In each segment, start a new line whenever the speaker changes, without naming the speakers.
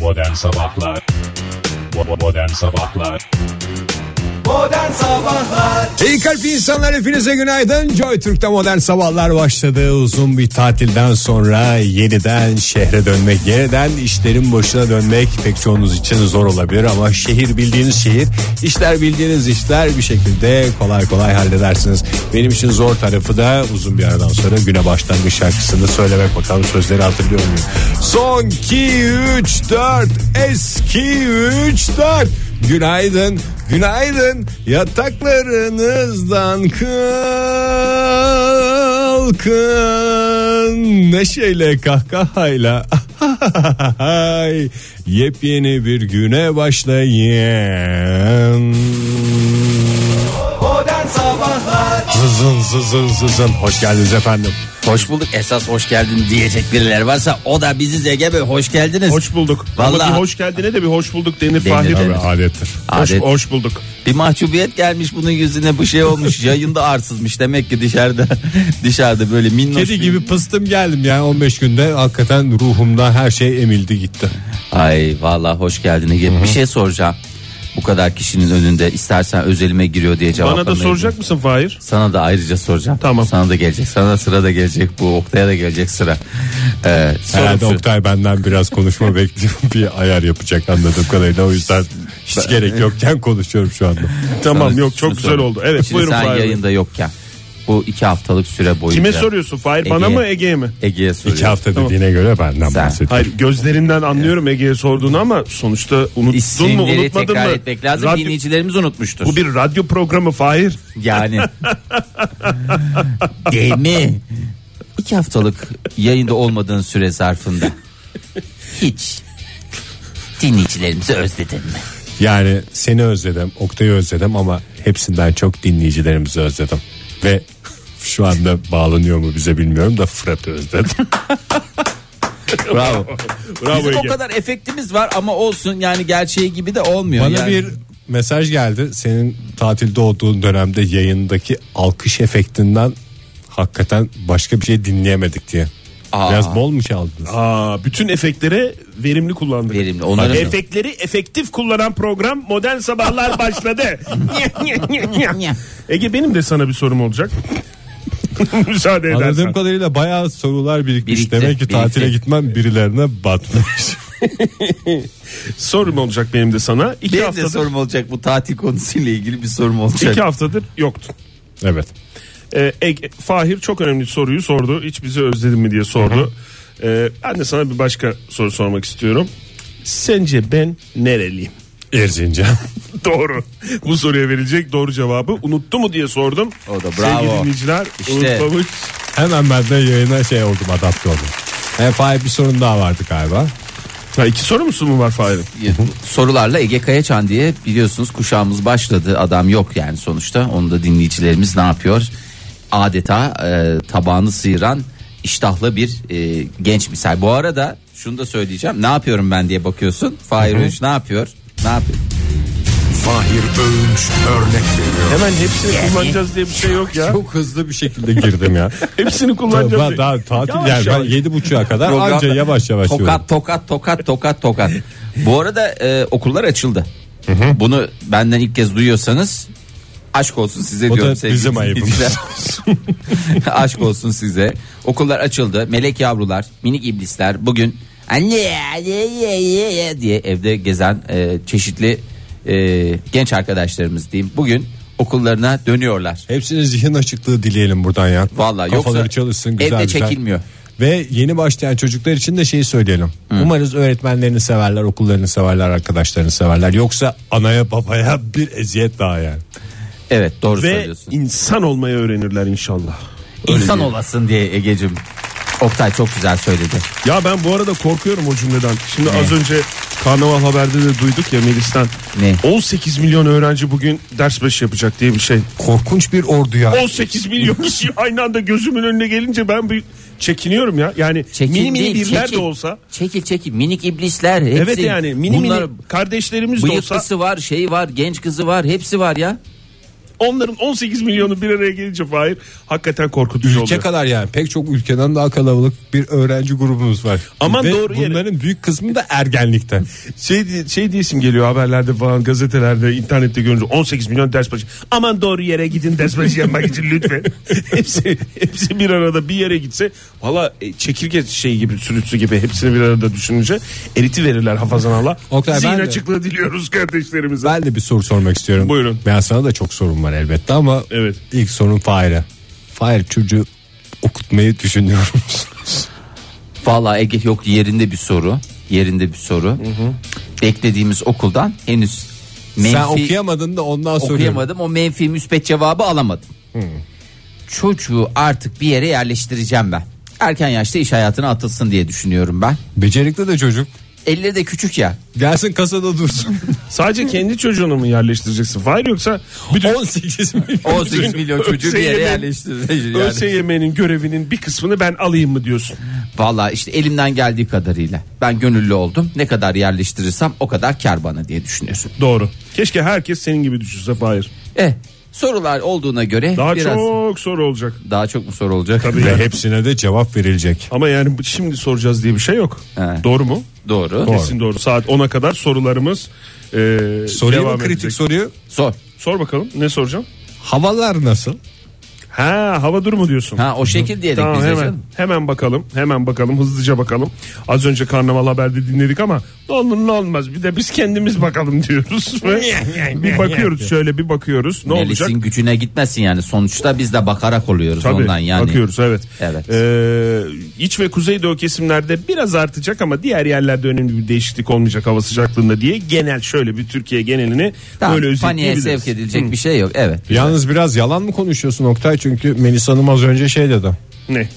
Modern Sabahlar Bo- Modern Sabahlar
İyi kalp insanlar hepinize günaydın. Joy Türk'te modern sabahlar başladı. Uzun bir tatilden sonra yeniden şehre dönmek, yeniden işlerin başına dönmek pek çoğunuz için zor olabilir ama şehir bildiğiniz şehir, işler bildiğiniz işler bir şekilde kolay kolay halledersiniz. Benim için zor tarafı da uzun bir aradan sonra güne başlangıç şarkısını söylemek bakalım sözleri hatırlıyor muyum? Son 2 3 4 eski 3 4 Günaydın, günaydın yataklarınızdan kalkın neşeyle kahkahayla yepyeni bir güne başlayın. Zızın zızın zızın hoş geldiniz efendim.
Hoş bulduk. Esas hoş geldin diyecek biriler varsa o da bizi Zege Bey hoş geldiniz.
Hoş bulduk.
Vallahi-
Ama bir hoş geldine de bir hoş bulduk denir Fahir.
denir.
Adettir.
Hoş,
Adet.
hoş bulduk.
Bir mahcubiyet gelmiş bunun yüzüne bu şey olmuş. Yayında arsızmış demek ki dışarıda dışarıda böyle minnoş.
Kedi
bir-
gibi pıstım geldim yani 15 günde hakikaten ruhumda her şey emildi gitti.
Ay vallahi hoş geldin Ege. Bir şey soracağım. Bu kadar kişinin önünde istersen özelime giriyor diye cevap
Bana da soracak mısın Fahir?
Sana da ayrıca soracağım.
Tamam.
Sana da gelecek. Sana sıra da gelecek. Bu Oktay'a da gelecek sıra. Ee, sorum
Herhalde
şu.
Oktay benden biraz konuşma bekliyor bir ayar yapacak anladığım kadarıyla o yüzden hiç gerek yokken konuşuyorum şu anda.
Tamam
Sana
yok
şunu
çok güzel
sorayım.
oldu. Evet
Şimdi
buyurun
sen
Fahir.
yayında yokken bu iki haftalık süre boyunca.
Kime soruyorsun Fahir? Bana
Ege'ye.
mı Ege'ye mi?
Ege'ye soruyorum.
İki hafta dediğine göre benden
Sen.
bahsediyorum.
Hayır gözlerimden anlıyorum Ege'ye sorduğunu ama sonuçta unuttun mu
İsimleri
unutmadın
tekrar
mı?
etmek lazım.
Radyo-
Dinleyicilerimiz unutmuştur.
bu bir radyo programı Fahir.
Yani. Değil mi? İki haftalık yayında olmadığın süre zarfında hiç dinleyicilerimizi özledin mi?
Yani seni özledim, Oktay'ı özledim ama hepsinden çok dinleyicilerimizi özledim. Ve şu anda bağlanıyor mu bize bilmiyorum da Fırat'ı özledim.
Bravo.
Bravo
Bizim o
Ege.
kadar efektimiz var ama olsun yani gerçeği gibi de olmuyor.
Bana
yani.
bir mesaj geldi. Senin tatilde olduğun dönemde yayındaki alkış efektinden hakikaten başka bir şey dinleyemedik diye.
Aa.
Biraz bol mu çaldınız?
Aa, bütün efektlere verimli kullandık.
Verimli, onların-
Efektleri efektif kullanan program Modern Sabahlar başladı. Ege benim de sana bir sorum olacak. Müsaade edersen.
Anladığım kadarıyla bayağı sorular birikmiş.
Birikti,
Demek ki tatile
birikti.
gitmem birilerine batmış.
Sorum olacak benim de sana. İki
Benim de
haftadır,
sorum olacak bu tatil konusuyla ilgili bir sorum olacak.
iki haftadır yoktun.
evet.
Ee, Ege- Fahir çok önemli soruyu sordu. Hiç bizi özledin mi diye sordu. Ee, ben de sana bir başka soru sormak istiyorum. Sence ben nereliyim?
Erzincan.
Doğru. Bu soruya verilecek doğru cevabı unuttu mu diye sordum.
O da
Sevgili
bravo.
dinleyiciler
İşte.
unutmamış.
Hemen ben de yayına şey oldum adapte oldum. E, Fahir bir sorun daha vardı galiba.
Ha, iki soru musun mu var Fahir'im?
sorularla Ege Kayaçan diye biliyorsunuz kuşağımız başladı. Adam yok yani sonuçta. Onu da dinleyicilerimiz ne yapıyor? Adeta e, tabağını sıyıran iştahlı bir e, genç misal. Bu arada şunu da söyleyeceğim. Ne yapıyorum ben diye bakıyorsun. Fahir Öğünç ne yapıyor? Ne yapıyor?
Hemen hepsini kullanacağız diye bir şey yok ya.
Çok hızlı bir şekilde girdim ya.
Hepsini
Tabii
kullanacağız.
ben
diye.
daha tatil
Yavaş
yani ben
yavaş.
yedi buçuğa kadar
Programda
anca yavaş yavaş yürüdüm.
Tokat tokat tokat tokat tokat. Bu arada e, okullar açıldı. Bunu benden ilk kez duyuyorsanız aşk olsun size
O da
diyorum sevgili
bizim ayıbımız.
dinleyiciler. aşk olsun size. Okullar açıldı. Melek yavrular, minik iblisler bugün anne ya, ye, ye, ye, ye diye evde gezen e, çeşitli e, genç arkadaşlarımız diyeyim. Bugün okullarına dönüyorlar.
Hepsinin zihin açıklığı dileyelim buradan ya.
Vallahi
Kafaları
yoksa
çalışsın güzel
evde
güzel.
çekilmiyor.
Ve yeni başlayan çocuklar için de şeyi söyleyelim. Umarız öğretmenlerini severler, okullarını severler, arkadaşlarını severler. Yoksa anaya babaya bir eziyet daha yani.
Evet doğru
Ve
söylüyorsun.
insan olmayı öğrenirler inşallah.
İnsan olasın diye Ege'cim. Oktay çok güzel söyledi.
Ya ben bu arada korkuyorum o cümleden. Şimdi az önce Karnaval Haber'de de duyduk ya Melis'ten.
Ne?
18 milyon öğrenci bugün ders başı yapacak diye bir şey.
Korkunç bir ordu ya.
18 milyon kişi aynı anda gözümün önüne gelince ben bir çekiniyorum ya. Yani
Çekil
mini mini
değil,
birler
çekil.
de olsa.
Çekil çekil minik iblisler hepsi.
Evet yani mini
Bunlar
mini kardeşlerimiz de olsa
Bıyıklısı var şey var genç kızı var hepsi var ya.
Onların 18 milyonu bir araya gelince Fahir hakikaten korkutucu
Ülke
oluyor.
kadar yani pek çok ülkeden daha kalabalık bir öğrenci grubumuz var.
Aman
Ve
doğru yere-
Bunların büyük kısmı da ergenlikten.
Şey, diye- şey diyesim geliyor haberlerde falan gazetelerde internette görünce 18 milyon ders başı. Aman doğru yere gidin ders başı yapmak için lütfen. hepsi, hepsi bir arada bir yere gitse valla e, çekirge şey gibi sürütü gibi hepsini bir arada düşününce eriti verirler hafazan Allah.
Oktay, ben
Zihin
de-
açıklığı diliyoruz kardeşlerimize.
Ben de bir soru sormak istiyorum.
Buyurun.
Ben sana da çok sorum var elbette ama
Evet.
ilk sorun Fahir'e. Fahir çocuğu okutmayı düşünüyorum.
Vallahi Ege yok yerinde bir soru. Yerinde bir soru. Beklediğimiz okuldan henüz menfi
Sen okuyamadın da ondan sonra.
okuyamadım. O menfi müspet cevabı alamadım. Çocuğu artık bir yere yerleştireceğim ben. Erken yaşta iş hayatına atılsın diye düşünüyorum ben.
Becerikli de çocuk.
Elleri de küçük ya.
Gelsin kasada dursun.
Sadece kendi çocuğunu mu yerleştireceksin? Fahir yoksa bütün
18 milyon.
18 milyon çocuğu bir yere
ÖSYM'nin
yerleştirecek. yani.
ÖSYM'nin görevinin bir kısmını ben alayım mı diyorsun?
Valla işte elimden geldiği kadarıyla. Ben gönüllü oldum. Ne kadar yerleştirirsem o kadar kar bana diye düşünüyorsun.
Doğru. Keşke herkes senin gibi düşünse Fahir.
E sorular olduğuna göre
Daha
biraz
çok soru olacak.
daha çok mu soru olacak?
Tabii
Ve
yani.
hepsine de cevap verilecek.
Ama yani bu- şimdi soracağız diye bir şey yok.
Evet.
Doğru mu?
Doğru.
Kesin doğru. Saat 10'a kadar sorularımız e,
Soruyu
devam
mu kritik
edecek.
soruyu?
Sor.
Sor bakalım. Ne soracağım?
Havalar nasıl?
Ha hava durumu diyorsun.
Ha o şekil diyerek
Tamam
bize
hemen,
canım.
hemen bakalım hemen bakalım hızlıca bakalım az önce karnaval haberde dinledik ama ne olur ne olmaz bir de biz kendimiz bakalım diyoruz Ve bir bakıyoruz şöyle bir bakıyoruz ne olacak
Melis'in gücüne gitmesin yani sonuçta biz de bakarak oluyoruz
Tabii,
ondan yani.
bakıyoruz evet.
Evet.
Ee, iç ve kuzeydoğu kesimlerde biraz artacak ama diğer yerlerde önemli bir değişiklik olmayacak hava sıcaklığında diye genel şöyle bir Türkiye genelini
Tamam,
böyle
paniğe
özetleyebiliriz.
sevk edilecek bir şey yok. Evet.
Yalnız biraz yalan mı konuşuyorsun Oktay? Çünkü Melisa Hanım az önce şey dedi.
Ne?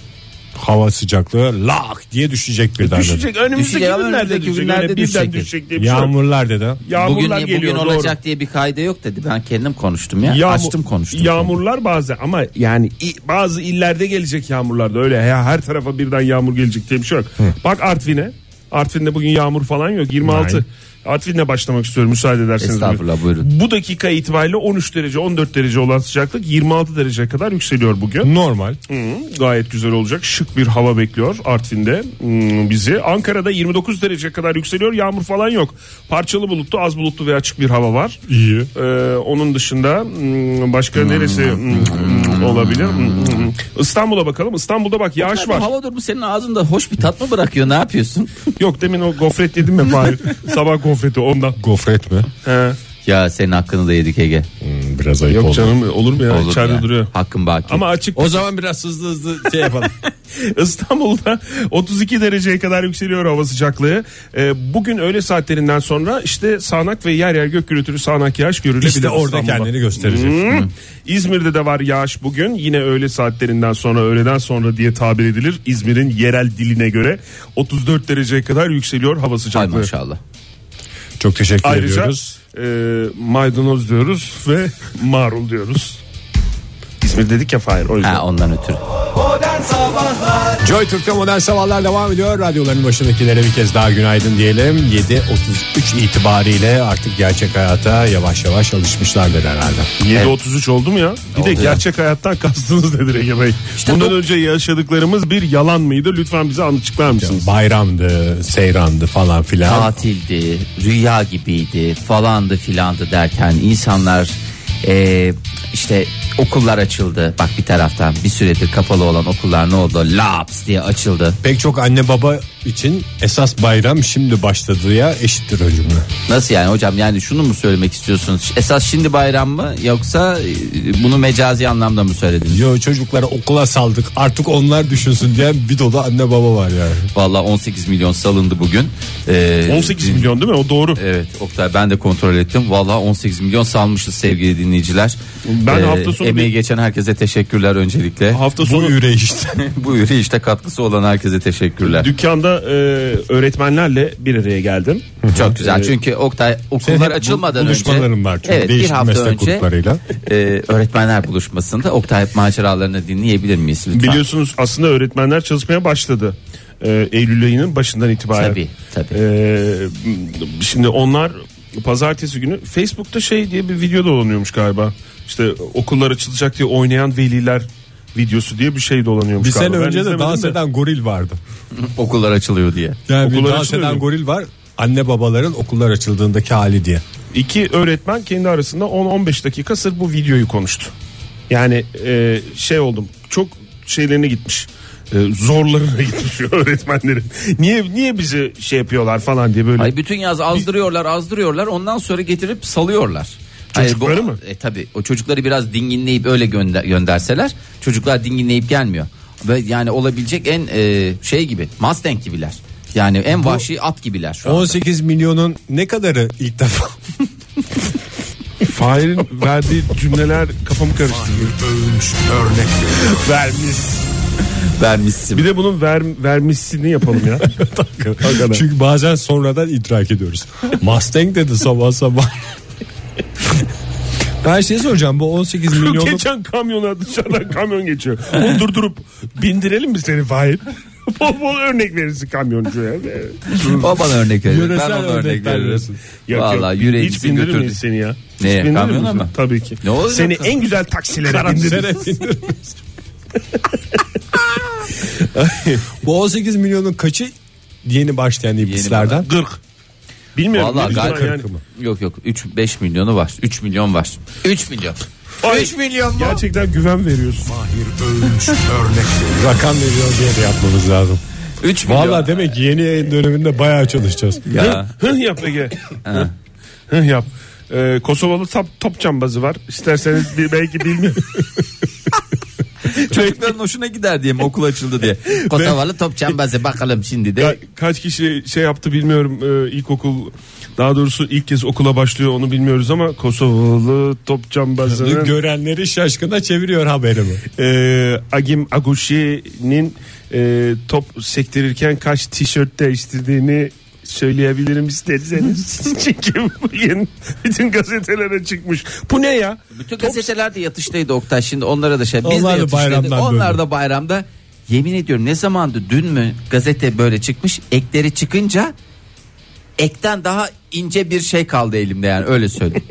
Hava sıcaklığı lak diye düşecek birden dedi.
Düşecek önümüzdeki
Düşecek ama
günlerde
önümüzdeki
düşecek.
günlerde
Öyle birden
düşecek.
düşecek diye bir şey yok.
Yağmurlar dedi.
Yağmurlar
Bugün
geliyor
bugün
doğru.
olacak diye bir kayda yok dedi. Ben kendim konuştum ya.
Yağmur-
Açtım konuştum.
Yağmurlar bazen ama yani i- bazı illerde gelecek yağmurlarda öyle ya her tarafa birden yağmur gelecek diye bir şey yok. Bak Artvin'e. Artvin'de bugün yağmur falan yok 26. Artvin'le başlamak istiyorum müsaade ederseniz.
Estağfurullah, buyurun.
Bu dakika itibariyle 13 derece 14 derece olan sıcaklık 26 dereceye kadar yükseliyor bugün.
Normal.
Hı, gayet güzel olacak. Şık bir hava bekliyor Artvin'de hmm, bizi. Ankara'da 29 derece kadar yükseliyor. Yağmur falan yok. Parçalı bulutlu, az bulutlu ve açık bir hava var.
İyi.
Ee, onun dışında hmm, başka neresi hmm, olabilir? Hmm, İstanbul'a bakalım. İstanbul'da bak yağış
Bu
var.
Hava durumu senin ağzında hoş bir tat mı bırakıyor? Ne yapıyorsun?
Yok demin o gofret yedim mi Fahir? Sabah gofreti ondan.
Gofret mi?
He.
ya senin hakkını da yedik Ege.
Hmm, biraz ayıp
Yok
oldu.
canım olur mu ya?
Olur
İçeride
ya.
duruyor.
Hakkın baki.
Ama açık
O zaman biraz hızlı hızlı şey yapalım.
İstanbul'da 32 dereceye kadar yükseliyor hava sıcaklığı. Ee, bugün öğle saatlerinden sonra işte sağanak ve yer yer gök gürültülü sağanak yağış görülebilir.
işte orada
İstanbul'da.
kendini gösterecek.
Hı. İzmir'de de var yağış bugün. Yine öğle saatlerinden sonra öğleden sonra diye tabir edilir. İzmir'in yerel diline göre 34 dereceye kadar yükseliyor hava
Hay
sıcaklığı.
maşallah.
Çok teşekkür
Ayrıca
ediyoruz.
e, maydanoz diyoruz ve marul diyoruz. İzmir dedik ya Fahir o yüzden.
Ha ondan ötürü.
Joy Türk'te modern sabahlar devam ediyor. Radyoların başındakilere bir kez daha günaydın diyelim. 7.33 itibariyle artık gerçek hayata yavaş yavaş alışmışlardır herhalde.
7.33 oldu mu ya? Bir de
Oldu ya.
gerçek hayattan kastınız nedir Ege Bey?
İşte
Bundan
bu-
önce yaşadıklarımız bir yalan mıydı? Lütfen bize anlatıklar mısınız?
Bayramdı, seyrandı falan filan.
Tatildi, rüya gibiydi falandı filandı derken insanlar e, işte okullar açıldı. Bak bir taraftan bir süredir kapalı olan okullar ne oldu? Laps diye açıldı.
Pek çok anne baba için esas bayram şimdi başladı ya eşittir o cümle.
Nasıl yani hocam yani şunu mu söylemek istiyorsunuz? Esas şimdi bayram mı yoksa e, bunu mecazi anlamda mı söylediniz?
Yo çocukları okula saldık artık onlar düşünsün diyen bir dolu anne baba var yani.
Vallahi 18 milyon salındı bugün. Ee,
18 milyon değil mi? O doğru.
Evet Oktay ben de kontrol ettim. Vallahi 18 milyon salmışız sevgili dinleyiciler. Ee,
Ben hafta sonu
Emeği
bir-
geçen herkese teşekkürler öncelikle.
Hafta
Bu
sonu
yüreği işte.
Bu ürü işte katkısı olan herkese teşekkürler.
dükkanda e, öğretmenlerle bir araya geldim.
Çok güzel çünkü Oktay okullar açılmadan önce.
Buluşmalarım var çok
evet, bir
değişik
hafta
meslek
önce
gruplarıyla.
e, öğretmenler buluşmasında Oktay maceralarını dinleyebilir miyiz lütfen?
Biliyorsunuz aslında öğretmenler çalışmaya başladı. E, Eylül ayının başından itibaren.
Tabii, tabii.
E, şimdi onlar pazartesi günü Facebook'ta şey diye bir video dolanıyormuş galiba. İşte okullar açılacak diye oynayan veliler videosu diye bir şey dolanıyormuş
Bir
galiba.
sene
Ben
önce de
izlemedim
dans
de.
eden goril vardı.
Okullar açılıyor diye.
Yani bir
Okullar
dans
açılıyor
eden
mu?
goril var. Anne babaların okullar açıldığındaki hali diye.
İki öğretmen kendi arasında 10-15 dakika sırf bu videoyu konuştu. Yani e, şey oldum çok şeylerine gitmiş E, zorlarına gitmiş öğretmenlerin. Niye niye bizi şey yapıyorlar falan diye böyle.
Ay bütün yaz azdırıyorlar, azdırıyorlar. Ondan sonra getirip salıyorlar.
Çocukları
Hayır, bu-
mı?
E tabi. O çocukları biraz dinginleyip öyle gönder, gönderseler çocuklar dinginleyip gelmiyor. Ve yani olabilecek en e, şey gibi Mustang gibiler. Yani en vahşi at gibiler şu anda.
18 milyonun ne kadarı ilk defa?
Fahir'in verdiği cümleler kafamı karıştırıyor.
Örnek.
Vermiş.
Vermişsin.
Bir de bunun ver, vermişsini yapalım ya. Hakikaten.
Çünkü bazen sonradan idrak ediyoruz. Mustang dedi sabah sabah. ben şey soracağım bu 18 milyonluk
Geçen kamyona dışarıdan kamyon geçiyor. Onu durdurup bindirelim mi seni Fahir? bol bol örnek verirsin kamyoncuya.
O bana örnek veriyor. Ben
Yöresel
ona örnek
örnekler
veririm.
veriyorsun.
Yok,
Vallahi
yok. Hiç
yüreğimizi
bindirir
götürdü.
miyiz seni ya?
Neye,
Hiç bindirir
kamyona
misin?
mı?
Tabii ki.
Ne olacak?
seni en güzel taksilere bindirir.
karamsere Bu 18 milyonun kaçı yeni başlayan iblislerden?
40. Bilmiyorum.
Vallahi
Bilmiyorum
galiba
yani.
Yok yok 3 5 milyonu var. 3 milyon var. 3 milyon.
Ay,
3 milyon mu?
Gerçekten güven veriyorsun.
Rakam veriyor diye de yapmamız lazım.
3 milyon.
Valla demek ki yeni yayın döneminde bayağı çalışacağız.
Ya.
Hı hı yap Ege. Hı. Hı yap. Ee, Kosovalı top, top cambazı var. İsterseniz bir, belki bilmiyorum.
Çocukların hoşuna gider diye mi okul açıldı diye. Kosovalı top çembezi bakalım şimdi
Ka-
de.
kaç kişi şey yaptı bilmiyorum ee, ilkokul daha doğrusu ilk kez okula başlıyor onu bilmiyoruz ama Kosovalı top cambazının
Görenleri şaşkına çeviriyor haberimi.
ee, Agim Agushi'nin ee, top sektirirken kaç tişört değiştirdiğini söyleyebilirim isterseniz. Çünkü bugün bütün gazetelere çıkmış. Bu ne ya?
Bütün gazeteler de yatıştaydı Oktay şimdi onlara da şey. Biz
Onlar da
de yatıştaydık.
bayramdan
Onlar
döndü.
da bayramda. Yemin ediyorum ne zamandı dün mü gazete böyle çıkmış ekleri çıkınca ekten daha ince bir şey kaldı elimde yani öyle söyleyeyim.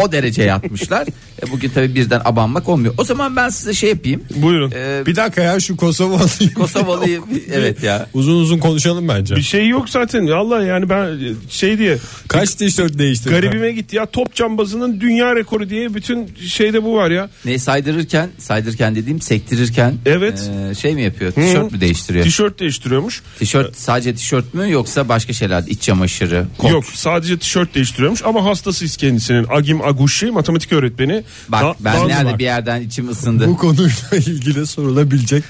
o derece yatmışlar. E bugün tabii birden abanmak olmuyor. O zaman ben size şey yapayım.
Buyurun.
E,
Bir dakika ya şu Kosovalı.
Kosovalı'yı evet ya.
Uzun uzun konuşalım bence.
Bir şey yok zaten. Allah yani ben şey diye
Kaç tişört değiştirdin?
garibime gitti ya top cambazının dünya rekoru diye bütün şeyde bu var ya.
Ne saydırırken saydırırken dediğim sektirirken
Evet.
e, şey mi yapıyor tişört mü değiştiriyor?
Tişört değiştiriyormuş.
Tişört sadece tişört mü yoksa başka şeyler iç çamaşırı kot.
Yok sadece tişört değiştiriyormuş ama hastasıyız kendisinin. Agim Agushi matematik öğretmeni.
Bak
Da-
ben
dans-
nerede bir yerden içim ısındı.
Bu konuyla ilgili sorulabilecek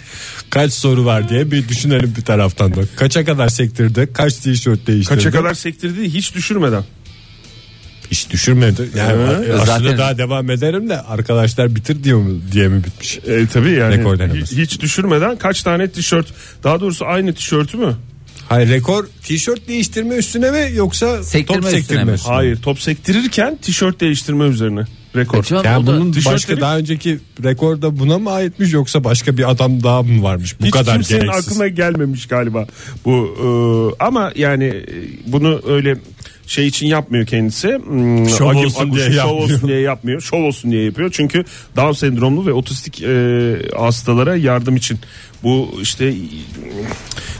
kaç soru var diye bir düşünelim bir taraftan da. Kaça kadar sektirdi? Kaç tişört değiştirdi?
Kaça kadar sektirdi hiç düşürmeden.
Hiç düşürmedi. Yani
Ee,
aslında
zaten-
daha devam ederim de arkadaşlar bitir diyor mu diye mi bitmiş?
E, tabii yani
Rekor
hi-
denemesi.
hiç düşürmeden kaç tane tişört daha doğrusu aynı tişörtü mü?
Hayır rekor tişört değiştirme üstüne mi yoksa
Sektirme
top
üstüne
sektirme
mi?
üstüne mi?
Hayır top sektirirken tişört değiştirme üzerine rekor.
Peki,
Yani
O da
bunun
tişörtleri-
başka daha önceki rekor da buna mı aitmiş yoksa başka bir adam daha mı varmış? Bu
Hiç
kadar
kimsenin
gereksiz.
aklına gelmemiş galiba bu e, ama yani e, bunu öyle şey için yapmıyor kendisi. Hmm,
Şov
Agim
olsun
Aguş
diye
şov
yapmıyor.
olsun diye yapmıyor. Şov olsun diye yapıyor. Çünkü Down sendromlu ve otistik e, hastalara yardım için bu işte e,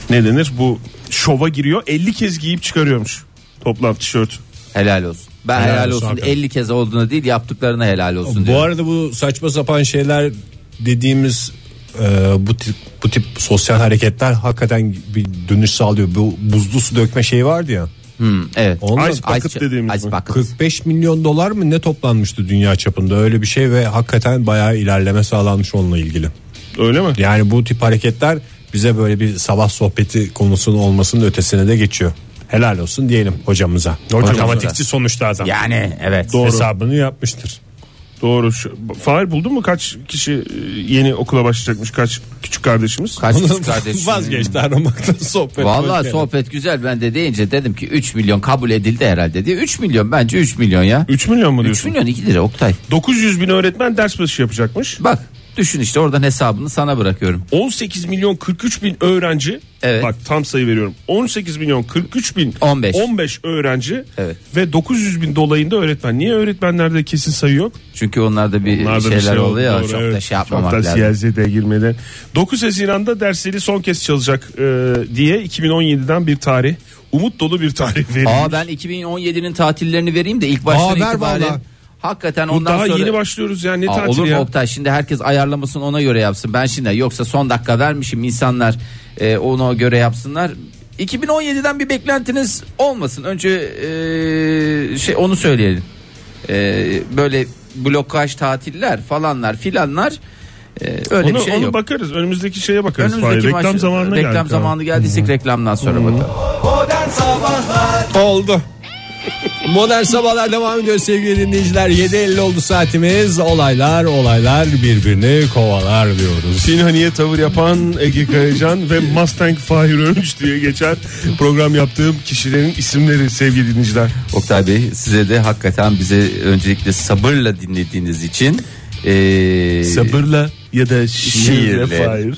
ne denir bu şova giriyor. 50 kez giyip çıkarıyormuş toplam tişört.
Helal olsun. Ben helal,
Helal olsun
olsun,
hakikaten.
50 kez olduğuna değil yaptıklarına helal olsun
Bu
diyorum.
arada bu saçma sapan şeyler dediğimiz e, bu tip bu tip sosyal hareketler hakikaten bir dönüş sağlıyor. Bu buzlu su dökme şeyi vardı ya.
Hı, evet.
Onlar
Ice bucket dediğimiz
ice
mi?
bucket.
45 milyon dolar mı ne toplanmıştı dünya çapında öyle bir şey ve hakikaten bayağı ilerleme sağlanmış onunla ilgili.
Öyle mi?
Yani bu tip hareketler bize böyle bir sabah sohbeti konusunun olmasının ötesine de geçiyor. Helal olsun diyelim hocamıza. Matematikçi sonuçta adam.
Yani evet.
Doğru.
Hesabını yapmıştır.
Doğru. Şu- Fahir buldun mu kaç kişi e, yeni okula başlayacakmış kaç küçük kardeşimiz?
Kaç kız kardeşim.
Kardeşim. Vazgeçti aramaktan sohbet.
Vallahi
etmekten.
sohbet güzel ben de deyince dedim ki 3 milyon kabul edildi herhalde diye. 3 milyon bence 3 milyon ya.
3 milyon mu
3
diyorsun?
milyon 2 lira Oktay.
900 bin öğretmen ders başı yapacakmış.
Bak Düşün işte oradan hesabını sana bırakıyorum.
18 milyon 43 bin öğrenci
Evet.
bak tam sayı veriyorum 18 milyon 43 bin
15.
15 öğrenci
Evet.
ve 900 bin dolayında öğretmen. Niye öğretmenlerde kesin sayı yok?
Çünkü onlarda Ee, bir
Bunlarda bir
şeyler
şey oldu,
oluyor.
doğru,
çok da
evet.
şey yapmamak
Çok da
lazım.
siyasete girmeden. 9 Haziran'da dersleri son kez çalacak e, diye 2017'den bir tarih. Umut dolu bir tarih verilmiş.
Aa ben 2017'nin tatillerini vereyim de ilk baştan
Aa, ver
itibaren.
valla.
Hakikaten ondan
Daha
sonra
yeni başlıyoruz ya ne
Aa,
tatil
olur mu
ya.
Oktay şimdi herkes ayarlamasını ona göre yapsın. Ben şimdi yoksa son dakika vermişim insanlar e, ona göre yapsınlar. 2017'den bir beklentiniz olmasın. Önce e, şey onu söyleyelim. E, böyle blokaj tatiller falanlar filanlar e, öyle
Ona-
bir şey
ona
yok.
bakarız önümüzdeki şeye bakarız. Fahir.
Önümüzdeki
reklam
maç-
zamanına
reklam
geldik ama.
zamanı geldiysek reklamdan sonra bakalım.
Oldu. Modern Sabahlar devam ediyor sevgili dinleyiciler. 7.50 oldu saatimiz. Olaylar olaylar birbirini kovalar diyoruz.
Sinhani'ye tavır yapan Ege Kayacan ve Mustang Fahir Önç diye geçer program yaptığım kişilerin isimleri sevgili dinleyiciler.
Oktay Bey size de hakikaten bize öncelikle sabırla dinlediğiniz için e,
Sabırla ya da şiirle
Şiirle.
Fahir.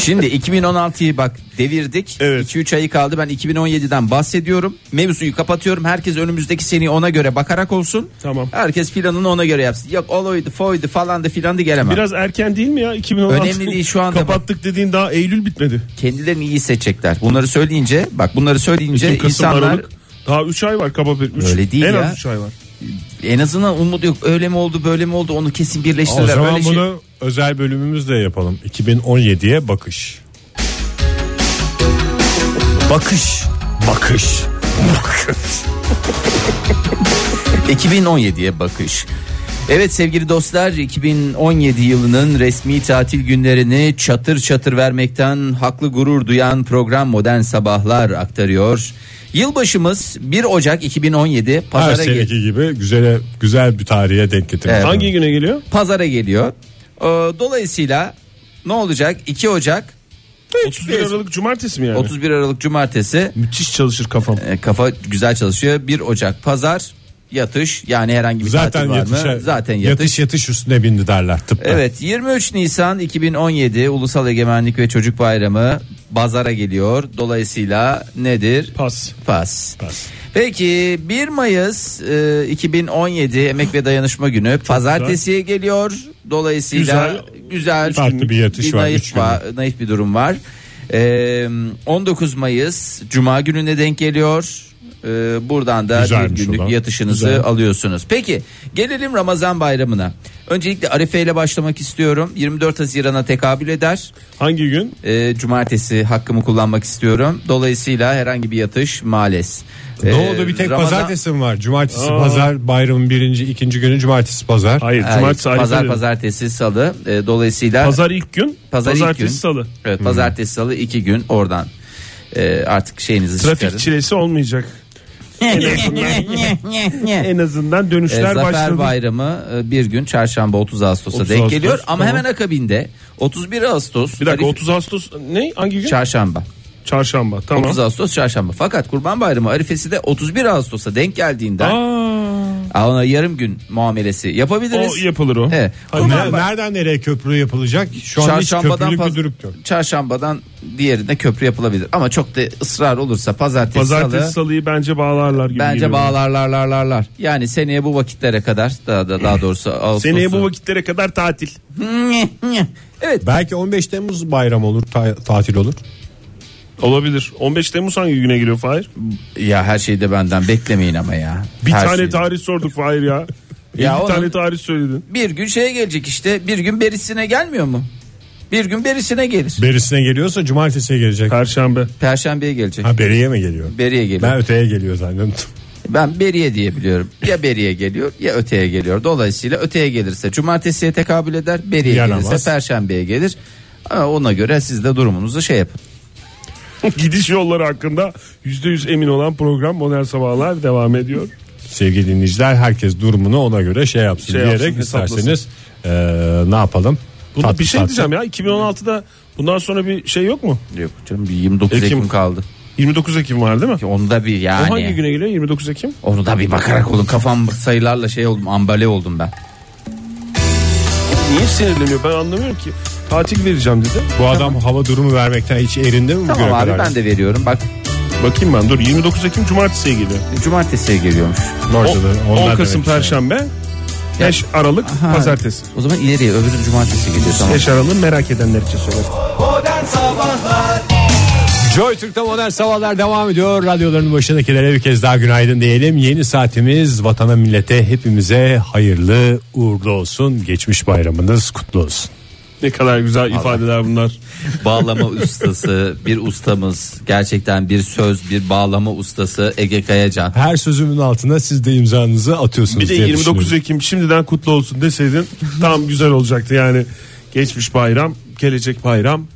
Şimdi 2016'yı bak devirdik.
Evet.
2-3 ayı kaldı. Ben 2017'den bahsediyorum. Mevzuyu kapatıyorum. Herkes önümüzdeki seneyi ona göre bakarak olsun.
Tamam.
Herkes planını ona göre yapsın. Yok olaydı, foydu falan da filan da gelemem.
Biraz erken değil mi ya 2016?
Önemli değil şu anda bak.
Kapattık dediğin daha Eylül bitmedi.
Kendilerini iyi seçecekler. Bunları söyleyince bak bunları söyleyince
Ekim, Kasım,
insanlar
Aralık. Daha 3 ay var kaba bir 3.
Öyle değil
en
ya.
az 3 ay var.
en azından umut yok. Öyle mi oldu böyle mi oldu onu kesin birleştirirler.
O zaman
Öyle şey-
bunu özel bölümümüzle yapalım. 2017'ye bakış. Bakış. Bakış.
2017'ye bakış. Evet sevgili dostlar 2017 yılının resmi tatil günlerini çatır çatır vermekten haklı gurur duyan program Modern Sabahlar aktarıyor. Yılbaşımız 1 Ocak 2017
Her
pazara, ge-
seneki gibi güzele, güzel bir tarihe denk getirdik.
Evet.
Hangi güne geliyor?
pazara geliyor. Ee, Dolayısıyla ne olacak 2 Ocak
31
şey-
Aralık Cumartesi mi yani?
31 Aralık Cumartesi
Müthiş çalışır kafam.
e, kafa güzel çalışıyor 1 Ocak pazar yatış yani herhangi bir
Zaten
tatil var
yatışa,
mı? Zaten
yatış. yatış üstüne bindi derler tıpta.
Evet 23 Nisan 2017 Ulusal Egemenlik ve Çocuk Bayramı bazara geliyor. Dolayısıyla nedir?
Pas.
Pas. Peki 1 Mayıs e, 2017 Emek ve Dayanışma Günü pazartesiye geliyor. Dolayısıyla güzel,
Farklı bir yatış var, üç
naif,
günlük.
va- naif bir durum var. E, 19 Mayıs Cuma gününe denk geliyor. E, buradan da
Güzelmiş
bir günlük
ulan.
yatışınızı
Güzel.
alıyorsunuz. Peki gelelim Ramazan bayramına. Öncelikle Arife ile başlamak istiyorum. 24 Haziran'a tekabül eder.
Hangi gün?
E, cumartesi hakkımı kullanmak istiyorum. Dolayısıyla herhangi bir yatış maalesef.
Ne
E,
oldu bir tek
Ramazan-
pazartesi mi var? Cumartesi
Aa.
pazar bayramın birinci ikinci günü cumartesi pazar.
Hayır,
Hayır,
cumartesi Arife
pazar
dedim.
pazartesi salı E, dolayısıyla
Pazar ilk gün.
pazar ilk
pazartesi
gün.
salı. Hmm.
evet, pazartesi salı iki gün oradan E, artık şeyinizi
Trafik
çıkarın.
çilesi olmayacak. En azından
E,
dönüşler
Zafer
başladı.
Bayramı e, bir gün çarşamba 30 Ağustos'a
30
denk
Ağustos,
geliyor ama
tamam.
hemen akabinde 31 Ağustos
Bir dakika
Arife-
30 Ağustos ne? Hangi gün?
çarşamba.
Çarşamba. Tamam.
30 Ağustos çarşamba. Fakat Kurban Bayramı arifesi de 31 Ağustos'a denk geldiğinde
Aa,
Aa, ona yarım gün muamelesi yapabiliriz.
o yapılır o.
Evet.
Ne- nereden nereye köprü yapılacak? Şu an hiç
Çarşambadan
köprülük
paz-
bir durum yok.
çarşambadan diğerine köprü yapılabilir. Ama çok da ısrar olursa pazartesi,
Pazartesi
salı
salıyı bence bağlarlar gibi
bence
geliyor.
bağlarlarlarlarlar. Yani seneye bu vakitlere kadar daha da daha doğrusu Ağustos'u.
Seneye bu vakitlere kadar tatil.
Evet.
Belki 15 Temmuz bayram olur, ta- tatil olur.
Olabilir. 15 Temmuz hangi güne geliyor Fahir?
Ya her şeyi de benden beklemeyin ama ya.
Bir
Her
tane
şeyi.
tarih sorduk Fahir ya.
Ya
ya bir
oğlum.
tane tarih söyledin.
Bir gün şeye gelecek işte. Bir gün berisine gelmiyor mu? Bir gün berisine gelir.
Berisine geliyorsa cumartesiye gelecek.
Perşembe.
Perşembeye gelecek.
Ha Beri'ye mi geliyor?
Beriye geliyor.
Ben öteye geliyor zannettim.
Ben beriye diye biliyorum. Ya beriye geliyor ya öteye geliyor. Dolayısıyla öteye gelirse cumartesiye tekabül eder. Beriye
Yaramaz.
gelirse perşembeye gelir. Ama ona göre siz de durumunuzu şey yapın.
Gidiş yolları hakkında %100 emin olan program Modern Sabahlar devam ediyor.
Sevgili dinleyiciler herkes durumunu ona göre şey yapsın
Şey
diyerek
yapsın, hesaplasın.
isterseniz eee, ne yapalım?
Bunu
Tatlı
bir şey
tatlı.
diyeceğim ya 2016'da bundan sonra bir şey yok mu?
Yok canım bir 29 Ekim,
Ekim
kaldı.
29 Ekim var değil mi?
Ki Onu da bir
Hani?
O hangi
yani.
güne geliyor 29 Ekim?
Onu da bir bakarak olun. Kafam sayılarla şey oldum. Ambale oldum ben.
Niye sinirleniyor ben anlamıyorum ki. Tatil vereceğim dedi.
Bu adam hava durumu vermekten hiç erindi mi?
Tamam abi ben de veriyorum. Bak
Bakayım ben dur 29 Ekim Cumartesi'ye geliyor.
cumartesiye geliyormuş.
O- 10 Kasım
şey.
Perşembe. 5 Aralık
Ha,
Pazartesi.
O zaman ileriye öbürü cumartesi geliyor tamam.
5 Aralık'ı merak edenler için söyledim.
Joy Türk'te modern sabahlar devam ediyor. Radyoların başındakilere bir kez daha günaydın diyelim. Yeni saatimiz vatana millete hepimize hayırlı uğurlu olsun. Geçmiş bayramınız kutlu olsun.
Ne kadar güzel ifadeler bunlar.
bağlama ustası bir ustamız gerçekten bir söz bir bağlama ustası Ege Kayacan.
Her sözümün altına siz de imzanızı atıyorsunuz
Bir de
diye
29
düşünüyorum.
Ekim şimdiden kutlu olsun deseydin tam güzel olacaktı yani. Geçmiş bayram, gelecek bayram,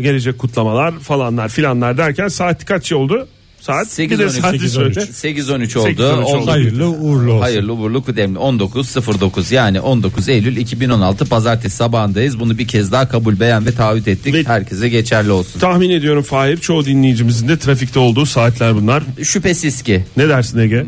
gelecek kutlamalar falanlar filanlar derken saat kaç oldu? Saat bir de
8-13.
saati söyle.
8-13
8-13
oldu.
oldu.
Oldu.
Hayırlı uğurlu olsun.
Hayırlı uğurlu kıdemli 19.09 yani 19 Eylül 2016 pazartesi sabahındayız. Bunu bir kez daha kabul beğen ve taahhüt ettik.
Ve-
Herkese geçerli olsun.
Tahmin ediyorum Fahir çoğu dinleyicimizin de trafikte olduğu saatler bunlar.
Şüphesiz ki
Ne dersin Ege?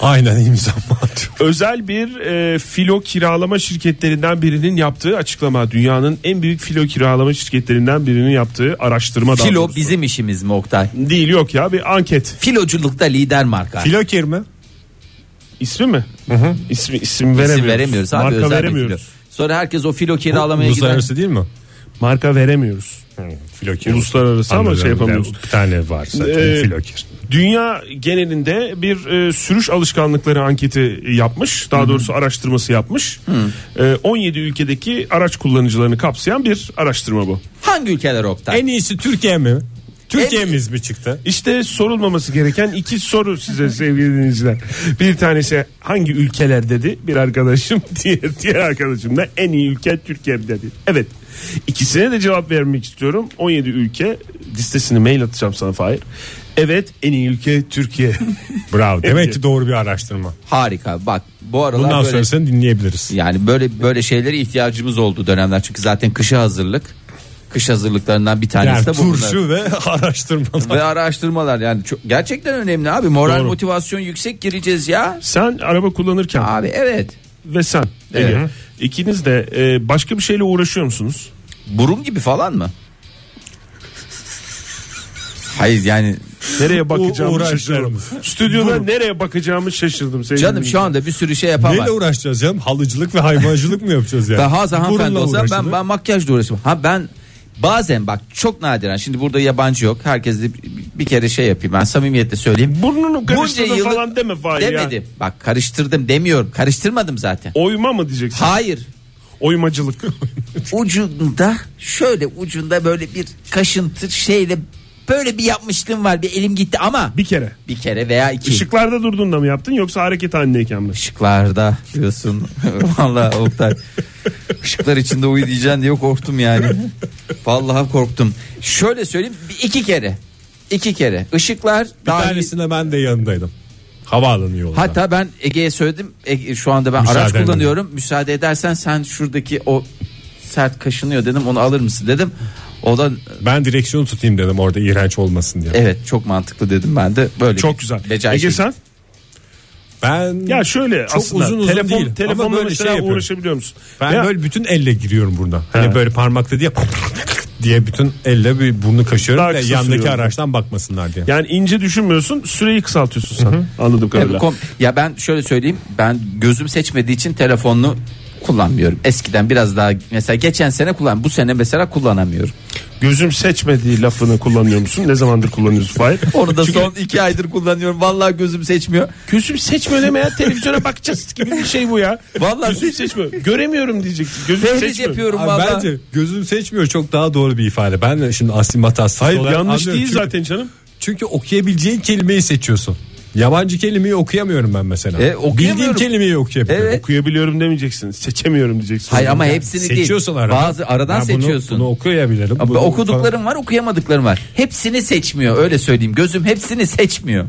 Aynen imzamı atıyorum.
Özel bir e, filo kiralama şirketlerinden birinin yaptığı açıklama. Dünyanın en büyük filo kiralama şirketlerinden birinin yaptığı araştırma. daha
filo
doğrusu.
bizim işimiz mi Oktay?
Değil yok ya bir anket.
Filoculukta lider marka.
Filokir mi?
İsmi mi? İsmi, isim veremiyoruz.
İsim veremiyoruz abi
Marka
özel bir
veremiyoruz.
filo. Sonra herkes o filo kiralamaya gider.
Uluslararası değil mi?
Marka veremiyoruz.
Filokir.
Uluslararası ama şey yapamıyoruz.
Bir tane var zaten
Ee,
filokir.
Dünya genelinde bir e, sürüş alışkanlıkları anketi yapmış. Daha doğrusu araştırması yapmış. E, 17 ülkedeki araç kullanıcılarını kapsayan bir araştırma bu.
Hangi ülkeler Oktay?
En iyisi Türkiye mi? Türkiye'miz mi çıktı?
İşte sorulmaması gereken iki soru size sevgili dinleyiciler. Bir tanesi hangi ülkeler dedi bir arkadaşım diğer, diğer arkadaşım da en iyi ülke Türkiye dedi. Evet ikisine de cevap vermek istiyorum. 17 ülke listesini mail atacağım sana Fahir. Evet en iyi ülke Türkiye.
Bravo. Demek ki doğru bir araştırma.
Harika bak bu aralar
Bundan
böyle...
sonrasını dinleyebiliriz.
Yani böyle böyle şeylere ihtiyacımız oldu dönemler çünkü zaten kışa hazırlık. Kış hazırlıklarından bir tanesi
Yani
de Hani bunlar.
turşu ve araştırmalar.
ve araştırmalar yani çok, gerçekten önemli abi. Moral
Doğru.
motivasyon yüksek gireceğiz ya.
sen araba kullanırken
Abi evet.
ve sen Ege,
Evet.
ikiniz de e, başka bir şeyle uğraşıyor musunuz?
Burun gibi falan mı? Hayır yani
Nereye bakacağımı
uğraşlarım.
şaşırdım. Stüdyoda nereye bakacağımı şaşırdım. sevgili
canım şu
dinleyiciler.
anda bir sürü şey yapamam.
Neyle uğraşacağız canım? Halıcılık ve hayvancılık mı yapacağız yani?
Ben Hazan hanımefendi
Burunla
olsa ben,
uğraşılır.
ben makyajla uğraşırım. Ha ben bazen bak çok nadiren şimdi burada yabancı yok. Herkes de bir- bir kere şey yapayım ben samimiyetle söyleyeyim.
Burnunu karıştırdı
yıllık-
falan deme Fahir ya.
Demedim. Bak karıştırdım demiyorum. Karıştırmadım zaten.
Oyma mı diyeceksin?
Hayır.
Oymacılık.
Ucunda şöyle ucunda böyle bir kaşıntı şeyle böyle bir yapmışlığım var. Bir elim gitti ama
bir kere.
bir kere veya iki.
Işıklarda durduğunda mı yaptın yoksa hareket halindeyken mi?
Işıklarda diyorsun. Vallahi Oktay. Işıklar içinde uyu diyeceksin diye korktum yani. Vallahi korktum. Şöyle söyleyeyim bir- iki kere. İki kere. Işıklar
Bir
dahil-
tanesinde ben de yanındaydım. Havaalanı yolunda.
Hatta ben Ege'ye söyledim. Ege, şu anda ben araç
Müsaadenle.
kullanıyorum. Müsaade edersen sen şuradaki o sert kaşınıyor dedim. Onu alır mısın dedim. O da
Ben direksiyonu tutayım dedim orada iğrenç olmasın diye.
evet çok mantıklı dedim ben de. Böyle
Çok
bir
güzel.
Becai
Ege
şey.
sen?
Ben
Ya şöyle
Çok
aslında
uzun uzun
telefon,
değil ama
telefonla
böyle şey
mesela
yapıyorum.
uğraşabiliyor musun?
ben
Veya
böyle bütün elle giriyorum buruna. Hani böyle parmakla diye diye bütün elle bir burnu kaşıyorum
Daha
da
kısa
yandaki
sürüyor.
araçtan bakmasınlar diye.
Yani ince düşünmüyorsun süreyi kısaltıyorsun sen. Anladım kadarıyla.
Evet, kom- ya ben şöyle söyleyeyim. Ben gözüm seçmediği için telefonunu kullanmıyorum. Eskiden biraz daha mesela geçen sene kullan bu sene mesela kullanamıyorum.
Gözüm seçmediği lafını kullanıyor musun? Ne zamandır kullanıyorsun Fahir?
Onu da son iki aydır kullanıyorum. Vallahi gözüm seçmiyor.
Gözüm seçmeleme ya televizyona bakacağız gibi bir şey bu ya.
Vallahi-
gözüm seçmiyor. Göremiyorum diyeceksin. Gözüm
Fehriz
seçmiyor.
yapıyorum
Abi
vallahi.
bence gözüm seçmiyor çok daha doğru bir ifade. Ben de şimdi asli hatası.
Hayır
olarak
yanlış
anlıyorum.
değil
Çünkü-
zaten canım.
Çünkü okuyabileceğin kelimeyi seçiyorsun. Yabancı kelimeyi okuyamıyorum ben mesela.
E, okuyamıyorum.
Bildiğim kelimeyi okuyabiliyorum.
Evet.
Okuyabiliyorum demeyeceksin. Seçemiyorum diyeceksin.
Hayır ama
Yani
hepsini değil.
Seçiyorsun arada.
Bazı aradan
Ya bunu-
seçiyorsun.
Bunu okuyabilirim.
Ama
bunu
okuduklarım var, okuyamadıklarım var. Hepsini seçmiyor öyle söyleyeyim. Gözüm hepsini seçmiyor.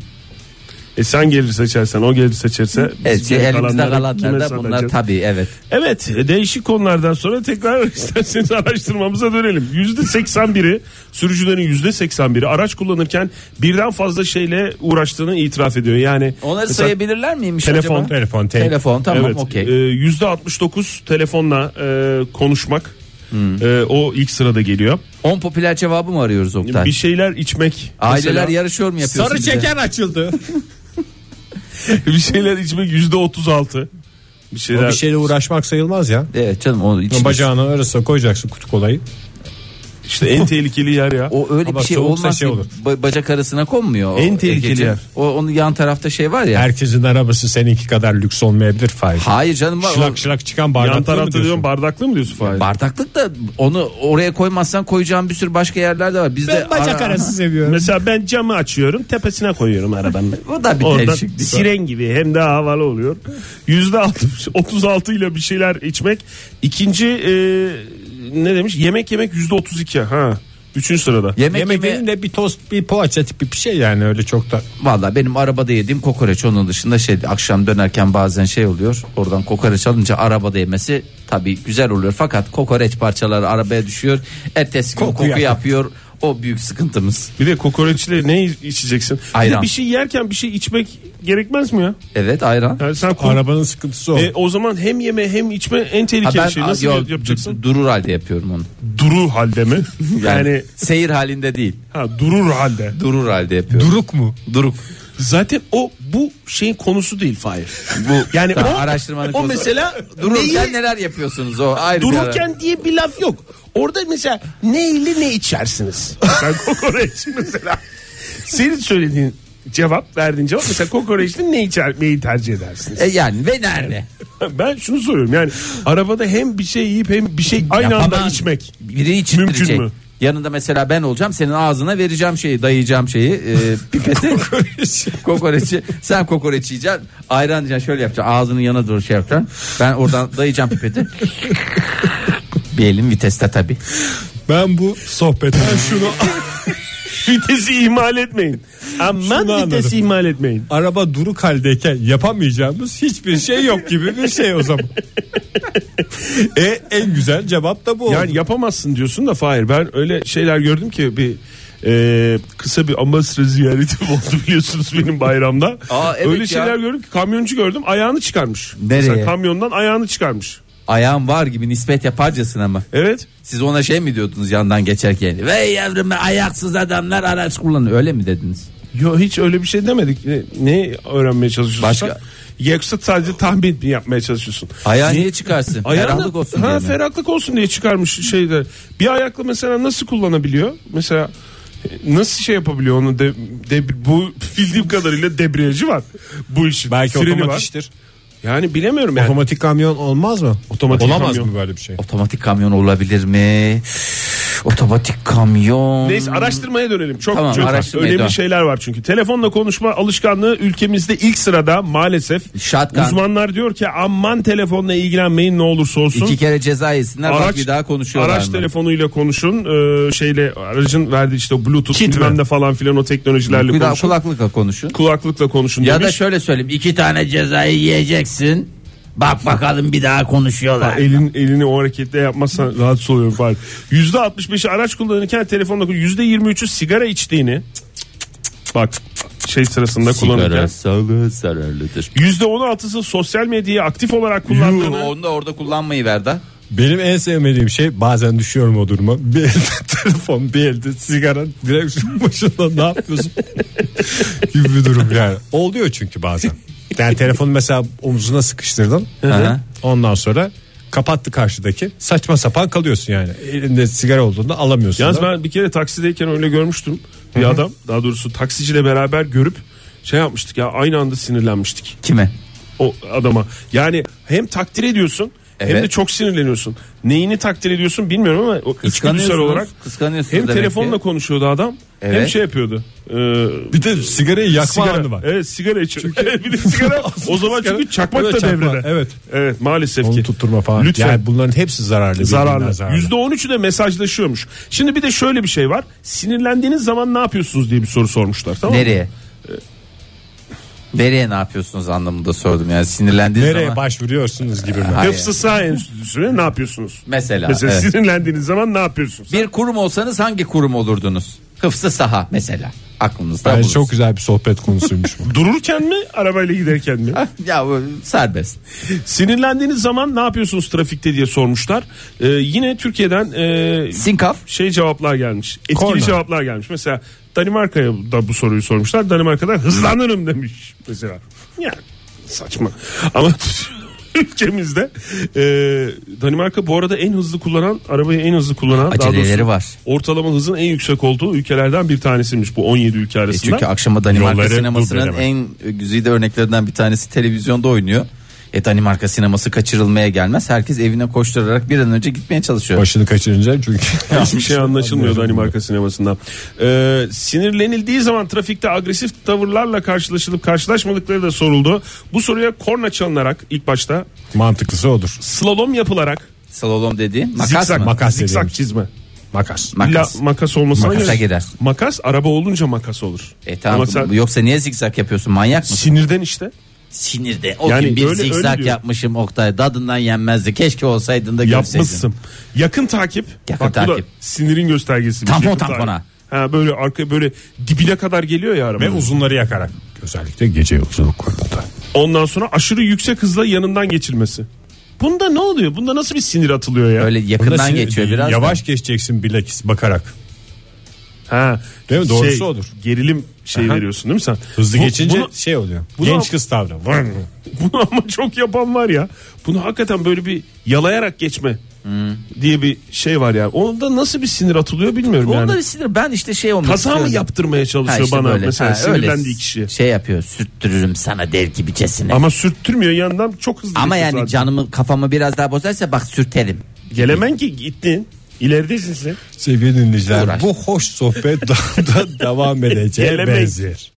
E sen gelir seçersen o gelir seçerse. biz
Evet,
geri
elimizde
kalanları kime
kalanlar da bunlar
satacağız?
tabii evet.
Evet e, değişik konulardan sonra tekrar isterseniz araştırmamıza dönelim. %81'i sürücülerin %81'i araç kullanırken birden fazla şeyle uğraştığını itiraf ediyor. Yani
Onları
mesela-
sayabilirler miymiş
Telefon,
acaba?
telefon, tel-
Telefon tamam
Evet,
okey.
e, %69 telefonla e, konuşmak
Hmm.
e, o ilk sırada geliyor.
10 popüler cevabı mı arıyoruz Oktay?
Bir şeyler içmek.
Aileler
mesela-
yarışıyor mu yapıyorsun?
Sarı
bize?
çeker açıldı.
bir şeyler içmek %36. Bir
O
şeyler
bir
şey-
şeyle uğraşmak sayılmaz ya.
Evet canım onu
Bunun
için.
Bacağını arasına koyacaksın kutu kolayı.
işte en tehlikeli yer ya.
O öyle
Ama
bir şey
soğuksa
olmaz.
şey
ki.
olur.
Ba- bacak arasına konmuyor. o
En tehlikeli
Egeciğim.
yer.
O onun yan tarafta şey var ya.
Herkesin arabası seninki kadar lüks olmayabilir Fahir.
Hayır canım var.
Şılak şılak çıkan
Yan
bardakları mı
tarafta diyorum
diyorsun?
bardaklı mı diyorsun Fahir?
Bardaklık da onu oraya koymazsan koyacağın bir sürü başka yerler de var. Bizde ara-
seviyorum.
Mesela ben camı açıyorum tepesine koyuyorum arabanın.
Bu da bir
Oradan
değişiklik.
siren gibi hem de havalı oluyor. Yüzde altmış- 36 ile bir şeyler içmek. İkinci e, ne demiş? Yemek yemek yüzde 32 ha. Üçüncü sırada.
Yemek
Yemek, yemek
benim de bir tost bir poğaça tipi bir şey yani öyle çok da.
Valla benim arabada yediğim kokoreç onun dışında şey akşam dönerken bazen şey oluyor. Oradan kokoreç alınca arabada yemesi tabii güzel oluyor. Fakat kokoreç parçaları arabaya düşüyor. Ertesi gün
Koku
koku,
yapıyor.
yapıyor. O büyük sıkıntımız.
Bir de kokoreçle ne içeceksin? Bir,
Ayran.
de bir şey yerken bir şey içmek gerekmez mi ya?
Evet ayran.
Yani sen ko-
Arabanın sıkıntısı o.
E, o zaman hem yeme hem içme en
Ha
tehlikeli
ben
şey. Nasıl
yo,
yapacaksın?
du- durur halde yapıyorum onu.
Duru halde mi?
Yani,
yani
seyir halinde değil.
ha, durur halde.
Durur halde yapıyorum.
Duruk mu?
Duruk.
Zaten o bu şeyin konusu değil Fahir. Bu yani
Tamam,
o
araştırmanın
o
konusu-
mesela
Dururken
neyi-
neler yapıyorsunuz o ayrı bir ara.
dururken diye bir laf yok. Orada mesela ne ile ne içersiniz? Sen kokoreç mesela. Senin söylediğin cevap verdiğin cevap mesela kokoreçli ne içer neyi tercih edersiniz?
E yani ve nerede?
Ben şunu soruyorum yani arabada hem bir şey yiyip hem bir şey aynı anda
Yapamam.
içmek.
Biri içindirecek.
Mümkün mü?
Yanında mesela ben olacağım senin ağzına vereceğim şeyi dayayacağım şeyi e, pipeti kokoreçi sen kokoreç yiyeceksin ayran yiyeceksin şöyle yapacaksın ağzının yana doğru şey yapacaksın ben oradan dayayacağım pipeti bir elim viteste tabi
Ben bu sohbetten şunu
Vitesi ihmal etmeyin. Aman
Şunu
vitesi
anladım.
ihmal etmeyin.
araba duruk haldeyken yapamayacağımız hiçbir şey yok gibi bir şey o zaman. e en güzel cevap da bu.
Yani
oldu.
yapamazsın diyorsun da Fahir ben öyle şeyler gördüm ki bir e, kısa bir Amasra ziyaretim oldu biliyorsunuz benim bayramda.
Aa, evet
öyle
ya.
şeyler gördüm ki kamyoncu gördüm ayağını çıkarmış.
Nereye?
Mesela kamyondan ayağını çıkarmış.
ayağım var gibi nispet yaparcasın ama
Evet.
siz ona şey mi diyordunuz yandan geçerken ve yavrum ayaksız adamlar araç kullanıyor öyle mi dediniz
Yo hiç öyle bir şey demedik. Ne, ne öğrenmeye çalışıyorsun?
Başka-
sen? Yoksa sadece tahmin mi yapmaya çalışıyorsun?
ayağı niye çıkarsın ferahlık olsun
ha,
diye mi?
ferahlık olsun diye çıkarmış şeyde. Bir ayakla mesela nasıl kullanabiliyor? Mesela e, nasıl şey yapabiliyor onu de, de- bu bildiğim kadarıyla debriyajı var bu işin.
belki
Freni var.
otomatiktir.
Yani bilemiyorum yani.
Otomatik kamyon olmaz mı?
Otomatik
Olamaz
kamyon.
mı böyle bir şey?
Otomatik kamyon olabilir mi? Otomatik kamyon.
Neyse araştırmaya dönelim. Çok
Tamam,
çok
araştırmaya
önemli
dön.
şeyler var çünkü. Telefonla konuşma alışkanlığı ülkemizde ilk sırada maalesef.
Shotgun.
Uzmanlar diyor ki aman telefonla ilgilenmeyin ne olursa olsun.
İki kere ceza yesinler bak bir daha konuşuyorlar.
Araç
mı?
telefonuyla konuşun. Ee, şeyle aracın verdiği işte bluetooth
Kit
bilmem
mi?
ne falan filan o teknolojilerle
Bir daha
konuşun.
kulaklıkla konuşun.
Kulaklıkla konuşun
Ya da
demiş.
şöyle söyleyeyim iki tane cezayı yiyeceksin. Bak bakalım bir daha konuşuyorlar.
Elin, elini o hareketle yapmazsan rahatsız oluyorum falan. %65'i araç kullanırken telefonla kullan- %23'ü sigara içtiğini bak şey sırasında kullanırken.
sağlığı zararlıdır.
%16'sı sosyal medyayı aktif olarak kullandığını.
Onu da orada kullanmayı ver da.
Benim en sevmediğim şey bazen düşüyorum o duruma. Bir elde telefon bir elde sigara direksiyon başında ne yapıyorsun gibi bir durum yani. Oluyor çünkü bazen. Yani telefonu mesela omzuna sıkıştırdın.
hı.
Ondan sonra kapattı karşıdaki. Saçma sapan kalıyorsun yani. Elinde sigara olduğunda alamıyorsun.
Yalnız
da.
ben bir kere taksideyken öyle görmüştüm. Bir adam daha doğrusu taksiciyle beraber görüp şey yapmıştık ya aynı anda sinirlenmiştik.
Kime?
o adama. Yani hem takdir ediyorsun hem
Evet.
de çok sinirleniyorsun. Neyini takdir ediyorsun bilmiyorum ama o içgüdüsel
Kıskanıyorsunuz.
olarak
Kıskanıyorsunuz
hem
demek
telefonla
ki.
konuşuyordu adam hem
Evet.
şey yapıyordu. Ee,
bir de sigarayı yakma anı var.
Evet sigara içiyor. bir de sigara o zaman
sigara-
çünkü çakmak
Evet,
da
çakma,
devrede.
evet.
Evet maalesef
Onu
ki.
tutturma falan.
Lütfen.
Yani bunların hepsi zararlı. birbirinden
Zararlı. Yüzde de mesajlaşıyormuş. Şimdi bir de şöyle bir şey var. Sinirlendiğiniz zaman ne yapıyorsunuz diye bir soru sormuşlar. Tamam mı?
Nereye? Nereye ne yapıyorsunuz anlamında sordum yani sinirlendiğiniz
Nereye
zaman.
başvuruyorsunuz gibi mi?
Hayır.
Hıfzı Sağ Enstitüsü'ne ne yapıyorsunuz?
Mesela,
Mesela
evet.
sinirlendiğiniz zaman ne yapıyorsunuz?
Bir kurum olsanız hangi kurum olurdunuz? Hıfzı saha mesela aklınızda
Bence
bulunsun.
çok güzel bir sohbet konusuymuş bu.
Dururken mi arabayla giderken mi?
Ya bu serbest.
Sinirlendiğiniz zaman ne yapıyorsunuz trafikte diye sormuşlar. Ee, yine Türkiye'den e,
Sinkaf
şey cevaplar gelmiş. Etkili
Korna.
cevaplar gelmiş. Mesela Danimarka'ya da bu soruyu sormuşlar. Danimarka'da hızlanırım demiş mesela. Yani saçma. Ama ülkemizde e, Danimarka bu arada en hızlı kullanan, arabayı en hızlı kullanan daha
Aceleleri
doğrusu
var. E,
Ortalama hızın en yüksek olduğu ülkelerden bir tanesiymiş bu 17 ülke
E
arasında.
çünkü akşama Danimarka
Yolları
sinemasının
dubleleme.
en güzide örneklerinden bir tanesi televizyonda oynuyor. E Danimarka sineması kaçırılmaya gelmez. Herkes evine koşturarak bir an önce gitmeye çalışıyor.
Başını kaçırınca çünkü.
Hiçbir şey anlaşılmıyor Danimarka sinemasından. Ee, sinirlenildiği zaman trafikte agresif tavırlarla karşılaşılıp karşılaşmadıkları da soruldu. Bu soruya korna çalınarak ilk başta
Mantıklısı odur.
slalom yapılarak
Slalom dediğin makas
zikzak,
mı?
Makas
zikzak
dediğimiz.
çizme.
Makas.
Makas.
İlla makas olmasına
Makasa girer.
Makas araba olunca makas olur.
E tamam
Ama sen
yoksa niye zikzak yapıyorsun manyak mısın?
sinirden işte.
Sinirde. O
Yani
gün bir
öyle- öyle
zikzak
diyor.
yapmışım Oktay. Dadından yenmezdi. Keşke olsaydın da görseydin.
Yapmışsın. Yakın takip.
Yakın
bu da
takip.
sinirin göstergesi. şey,
Tampon tampona.
Ha böyle arka böyle dibine kadar geliyor ya araba.
Ve uzunları yakarak. Özellikle gece yolculuklarında.
Ondan sonra aşırı yüksek hızla yanından geçilmesi. Bunda ne oluyor? Bunda nasıl bir sinir atılıyor ya?
Öyle
Bunda
yakından
sinir-
geçiyor biraz. da.
Yavaş geçeceksin bilakis bakarak.
Ha.
Değil mi? Doğrusu odur.
Gerilim şey
Aha.
veriyorsun değil mi sen?
Hızlı
Bu-
geçince
bunu-
şey oluyor.
bunu-
genç kız tavrı. Vın.
Bunu ama çok yapan var ya. Bunu hakikaten böyle bir yalayarak geçme
Hmm.
diye bir şey var yani. Onda nasıl bir sinir atılıyor bilmiyorum
Onda
yani.
bir sinir. Ben işte şey olmuş.
Kaza mı yaptırmaya çalışıyor bana mesela sinirlendiği kişiye.
Şey yapıyor. Sürttürürüm sana dev gibicesine.
Ama sürttürmüyor yandan çok hızlı.
Ama
geçiyor
yani
zaten.
canımı kafamı biraz daha bozarsa bak sürterim.
Gelemen ki gittin. İleridesin sen.
Sevgili dinleyiciler
Uğraş.
bu hoş sohbet daha da devam edeceğe
Gelemek.
benzer.